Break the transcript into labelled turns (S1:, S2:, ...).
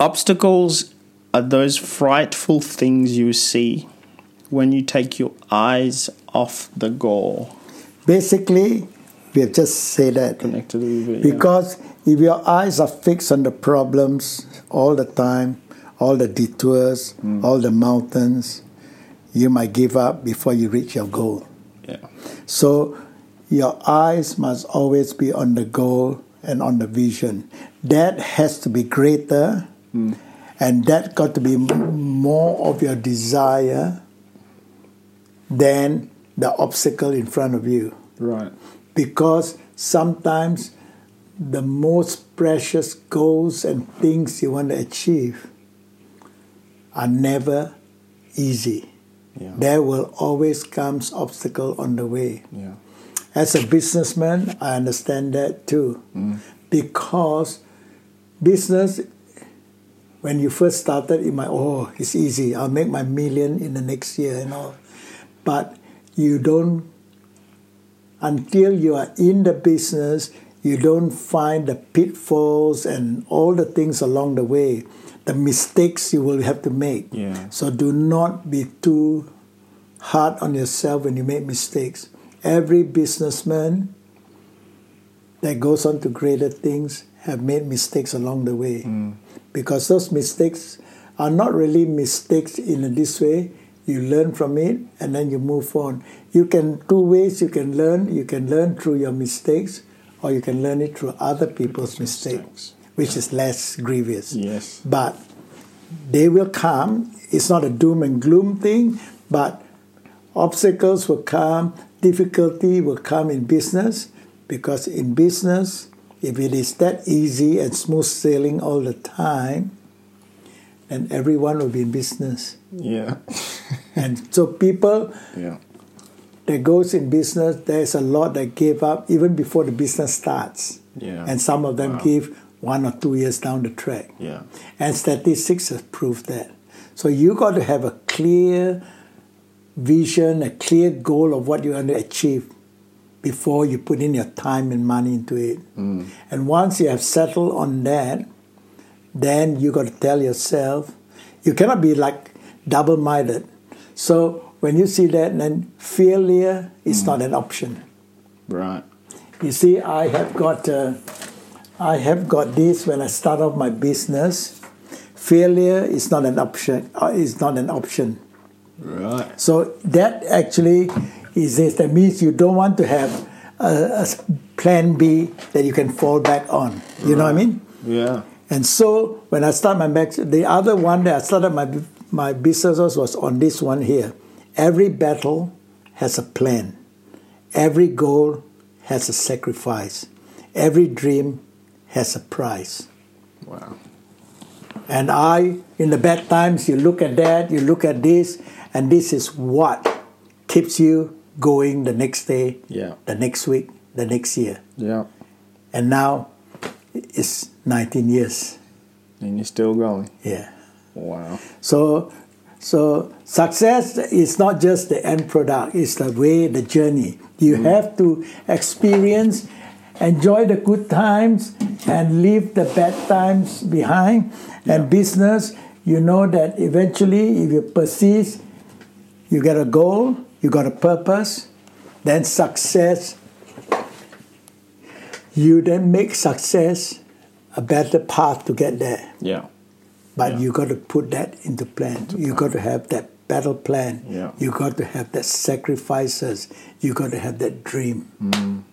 S1: Obstacles are those frightful things you see when you take your eyes off the goal.
S2: Basically, we have just said that.
S1: Connected with it, yeah.
S2: Because if your eyes are fixed on the problems all the time, all the detours,
S1: Hmm.
S2: all the mountains, you might give up before you reach your goal.
S1: Yeah.
S2: So your eyes must always be on the goal and on the vision. That has to be greater,
S1: Hmm.
S2: and that got to be m- more of your desire than the obstacle in front of you.
S1: Right.
S2: Because sometimes the most precious goals and things you want to achieve are never easy.
S1: Yeah.
S2: There will always comes obstacle on the way.
S1: Yeah.
S2: As a businessman, I understand that too. Because business, when you first started, you might, oh, it's easy. I'll make my million in the next year and all. But you don't, until you are in the business, you don't find the pitfalls and all the things along the way, the mistakes you will have to make.
S1: Yeah.
S2: So do not be too hard on yourself when you make mistakes. Every businessman that goes on to greater things have made mistakes along the way. Because those mistakes are not really mistakes in this way. You learn from it and then you move on. You can two ways you can learn. You can learn through your mistakes or you can learn it through other people's mistakes,
S1: mistakes.
S2: which is less grievous.
S1: Yes.
S2: But they will come. It's not a doom and gloom thing, but obstacles will come, difficulty will come in business because in business, if it is that easy and smooth sailing all the time, then everyone will be in business.
S1: Yeah.
S2: And so people
S1: yeah.
S2: that goes in business, there's a lot that gave up even before the business starts.
S1: Yeah.
S2: And some of them give one or two years down the track.
S1: Yeah.
S2: And statistics has proved that. So you got to have a clear vision, a clear goal of what you want to achieve before you put in your time and money into it. And once you have settled on that, then you got to tell yourself, you cannot be like double minded. So when you see that, then failure is not an option.
S1: Right.
S2: You see, I have got, uh, I have got this when I start off my business. Failure is not an option. Uh, is not an option.
S1: Right.
S2: So that actually is this. That means you don't want to have a, a s- plan B that you can fall back on. You know what I mean?
S1: Yeah.
S2: And so when I start my back, the other one that I started my my businesses was on this one here. Every battle has a plan. Every goal has a sacrifice. Every dream has a price.
S1: Wow.
S2: And I, in the bad times, you look at that, you look at this, and this is what keeps you going the next day,
S1: Yeah.
S2: the next week, the next year.
S1: Yeah.
S2: And now it's 19 years.
S1: And you're still going.
S2: Yeah.
S1: Wow.
S2: So, so success is not just the end product; it's the way, the journey. You have to experience, enjoy the good times, and leave the bad times behind. And business, you know that eventually, if you persist, you get a goal, you got a purpose, then success. You then make success a better path to get there.
S1: Yeah.
S2: But
S1: Yeah.
S2: you got to put that into plan. You got to have that battle plan.
S1: Yeah.
S2: You got to have that sacrifices. You got to have that dream.